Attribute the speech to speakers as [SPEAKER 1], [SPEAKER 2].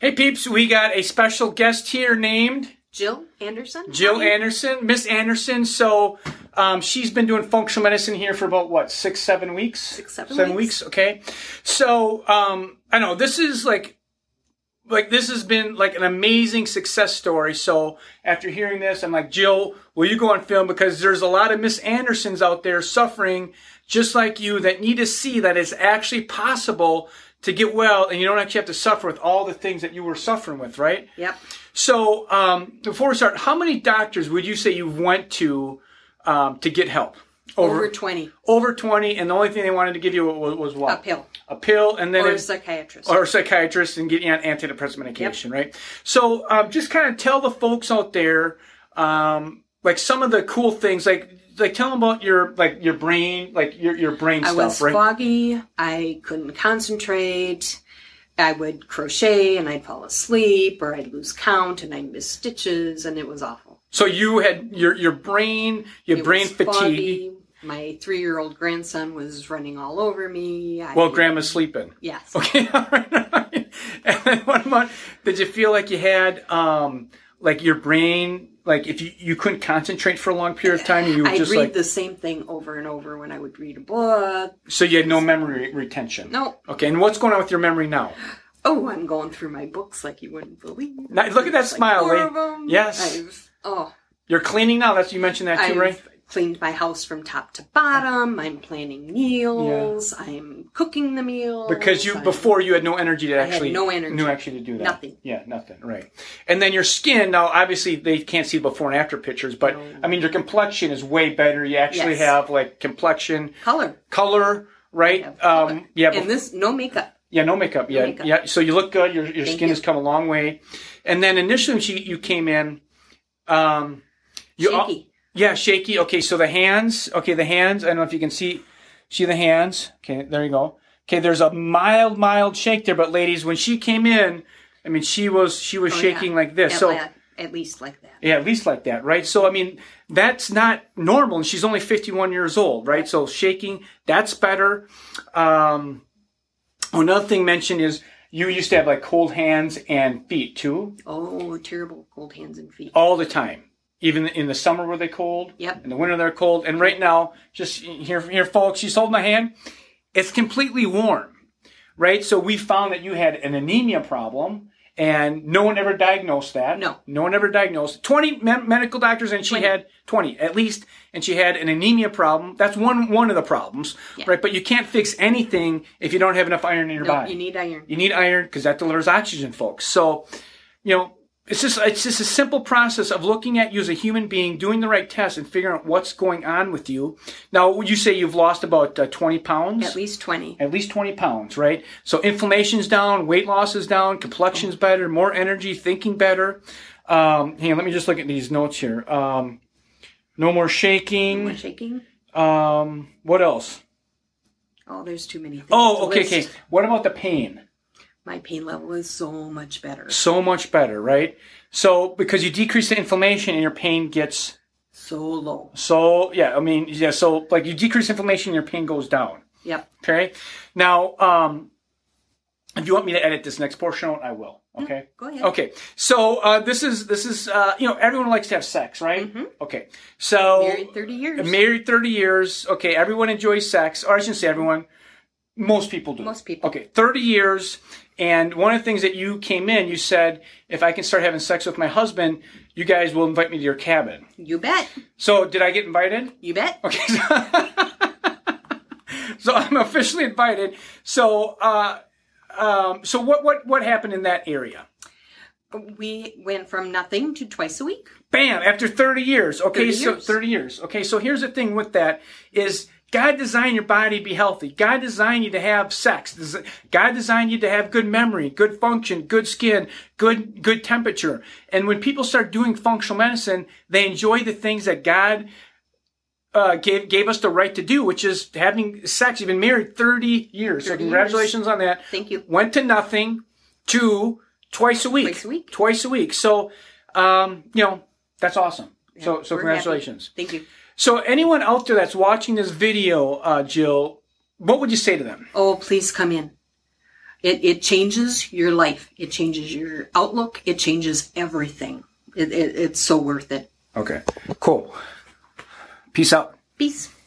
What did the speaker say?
[SPEAKER 1] Hey peeps, we got a special guest here named
[SPEAKER 2] Jill Anderson.
[SPEAKER 1] Jill
[SPEAKER 2] Hi.
[SPEAKER 1] Anderson, Miss Anderson. So um, she's been doing functional medicine here for about what six, seven weeks? Six,
[SPEAKER 2] seven
[SPEAKER 1] weeks.
[SPEAKER 2] weeks.
[SPEAKER 1] Okay. So um, I know this is like. Like this has been like an amazing success story. So after hearing this, I'm like, Jill, will you go on film? Because there's a lot of Miss Andersons out there suffering just like you that need to see that it's actually possible to get well and you don't actually have to suffer with all the things that you were suffering with, right?
[SPEAKER 2] Yep.
[SPEAKER 1] So, um, before we start, how many doctors would you say you went to um, to get help?
[SPEAKER 2] Over, 20.
[SPEAKER 1] over 20, and the only thing they wanted to give you was, was
[SPEAKER 2] A
[SPEAKER 1] what?
[SPEAKER 2] pill.
[SPEAKER 1] A pill, and then
[SPEAKER 2] Or a
[SPEAKER 1] it-
[SPEAKER 2] psychiatrist.
[SPEAKER 1] or a psychiatrist and get you on antidepressant medication, right? So, um, just kind of tell the folks out there, um, like some of the cool things, like like tell them about your like your brain, like your your brain
[SPEAKER 2] I
[SPEAKER 1] stuff,
[SPEAKER 2] was
[SPEAKER 1] right?
[SPEAKER 2] foggy. I couldn't concentrate. I would crochet and I'd fall asleep or I'd lose count and I'd miss stitches and it was awful.
[SPEAKER 1] So you had your your brain, your
[SPEAKER 2] It
[SPEAKER 1] brain
[SPEAKER 2] was
[SPEAKER 1] fatigue.
[SPEAKER 2] foggy. My three year old grandson was running all over me. I,
[SPEAKER 1] Well, grandma's sleeping.
[SPEAKER 2] Yes.
[SPEAKER 1] Okay, all right, all right. And then what about, did you feel like you had, um, like your brain, like if you, you couldn't concentrate for a long period of time, you were
[SPEAKER 2] I'd
[SPEAKER 1] just
[SPEAKER 2] read
[SPEAKER 1] like,
[SPEAKER 2] the same thing over and over when I would read a book.
[SPEAKER 1] so you had no memory retention?
[SPEAKER 2] No.
[SPEAKER 1] Okay, and what's going on with your memory now?
[SPEAKER 2] Oh, I'm going through my books like you wouldn't believe.
[SPEAKER 1] Now, look at that
[SPEAKER 2] Like
[SPEAKER 1] smile,
[SPEAKER 2] four
[SPEAKER 1] Ray.
[SPEAKER 2] of 'em.
[SPEAKER 1] Yes.
[SPEAKER 2] I've, oh,
[SPEAKER 1] You're cleaning now, that's, you mentioned that too, right?
[SPEAKER 2] I've cleaned my house from top to bottom. I'm planning meals. I'm cooking the meals.
[SPEAKER 1] Because you,
[SPEAKER 2] I'm-
[SPEAKER 1] before you had no energy to
[SPEAKER 2] had
[SPEAKER 1] actually,
[SPEAKER 2] no energy.
[SPEAKER 1] knew actually to do that.
[SPEAKER 2] Nothing.
[SPEAKER 1] Yeah, nothing, right. And then your skin, now obviously they can't see before and after pictures, but I mean, your complexion is way better. You actually
[SPEAKER 2] Yes.
[SPEAKER 1] have like complexion.
[SPEAKER 2] color.
[SPEAKER 1] color, right?
[SPEAKER 2] Yeah,
[SPEAKER 1] Um, yeah,
[SPEAKER 2] And
[SPEAKER 1] bef-
[SPEAKER 2] this, no makeup.
[SPEAKER 1] yeah, no makeup. Yeah,
[SPEAKER 2] makeup.
[SPEAKER 1] yeah. So you look good. Your your skin
[SPEAKER 2] you.
[SPEAKER 1] has come a long way. And then initially, when she, you came in, um, you al-
[SPEAKER 2] Shaky.
[SPEAKER 1] yeah, shaky. Okay, so the hands. Okay, the hands. I don't know if you can see see the hands. Okay, there you go. Okay, there's a mild, mild shake there. But ladies, when she came in, I mean, she was she was shaking
[SPEAKER 2] Oh, Yeah.
[SPEAKER 1] like this.
[SPEAKER 2] At,
[SPEAKER 1] so.
[SPEAKER 2] la- at least like that.
[SPEAKER 1] Yeah, at least like that, right? So I mean, that's not normal, and she's only 51 years old, right? So shaking, that's better. Um, another thing mentioned is you used to have like cold hands and feet too,
[SPEAKER 2] Oh, terrible cold hands and feet.
[SPEAKER 1] all the time. Even in the summer, were they cold?
[SPEAKER 2] Yep.
[SPEAKER 1] In the winter, they're cold. And right now, just here, here, folks, she's holding my hand. It's completely warm, right? So we found that you had an anemia problem, and no one ever diagnosed that.
[SPEAKER 2] No.
[SPEAKER 1] No one ever diagnosed. 20 me- medical doctors, and she had 20 at least, and she had an anemia problem. That's one one of the problems, right? But you can't fix anything if you don't have enough iron in your
[SPEAKER 2] No,
[SPEAKER 1] body.
[SPEAKER 2] you need iron.
[SPEAKER 1] You need iron because that delivers oxygen, folks. So, you know, it's just it's just a simple process of looking at you as a human being, doing the right tests, and figuring out what's going on with you. Now, you say you've lost about uh, twenty pounds,
[SPEAKER 2] At least 20.
[SPEAKER 1] At least twenty pounds, right? So inflammation's down, weight loss is down, complexion's better, more energy, thinking better. Um, hang on, let me just look at these notes here. Um, no more shaking.
[SPEAKER 2] Shaking.
[SPEAKER 1] Um, what else?
[SPEAKER 2] Oh, there's too many things. to
[SPEAKER 1] Oh, okay,
[SPEAKER 2] list.
[SPEAKER 1] okay. What about the pain?
[SPEAKER 2] My pain level is so much better.
[SPEAKER 1] so much better, right? So because you decrease the inflammation and your pain gets
[SPEAKER 2] So low.
[SPEAKER 1] so yeah, I mean yeah, so like you decrease inflammation, your pain goes down.
[SPEAKER 2] Yep.
[SPEAKER 1] Okay. Now, um, if you want me to edit this next portion out, I will. Okay.
[SPEAKER 2] Go ahead.
[SPEAKER 1] Okay. So uh, this is this is uh, you know everyone likes to have sex, right?
[SPEAKER 2] Mm-hmm.
[SPEAKER 1] Okay. So
[SPEAKER 2] Married 30 years.
[SPEAKER 1] married 30 years. Okay, everyone enjoys sex. Or I shouldn't say everyone. Most people do.
[SPEAKER 2] Most people.
[SPEAKER 1] Okay, 30 years. And one of the things that you came in, you said, if I can start having sex with my husband, you guys will invite me to your cabin.
[SPEAKER 2] You bet.
[SPEAKER 1] So, did I get invited?
[SPEAKER 2] You bet.
[SPEAKER 1] Okay. So, so I'm officially invited. So, uh, um, so what, what, what happened in that area?
[SPEAKER 2] We went from nothing to twice a week.
[SPEAKER 1] bam after 30 years okay
[SPEAKER 2] 30
[SPEAKER 1] so
[SPEAKER 2] years.
[SPEAKER 1] 30 years okay so here's the thing with that is god designed your body to be healthy god designed you to have sex Des- god designed you to have good memory good function good skin good good temperature and when people start doing functional medicine they enjoy the things that god uh, gave gave us the right to do, which is having sex. You've been married thirty years, so congratulations on that.
[SPEAKER 2] Thank you.
[SPEAKER 1] Went to nothing, to twice a week.
[SPEAKER 2] Twice a week.
[SPEAKER 1] Twice a week. So, um, you know, that's awesome. so, so
[SPEAKER 2] We're happy.
[SPEAKER 1] congratulations.
[SPEAKER 2] Thank you.
[SPEAKER 1] So, anyone out there that's watching this video, uh, Jill, what would you say to them?
[SPEAKER 2] Oh, please come in. It, it changes your life. It changes your outlook. It changes everything. It, it, it's so worth it.
[SPEAKER 1] Okay. Cool. Peace out.
[SPEAKER 2] Peace.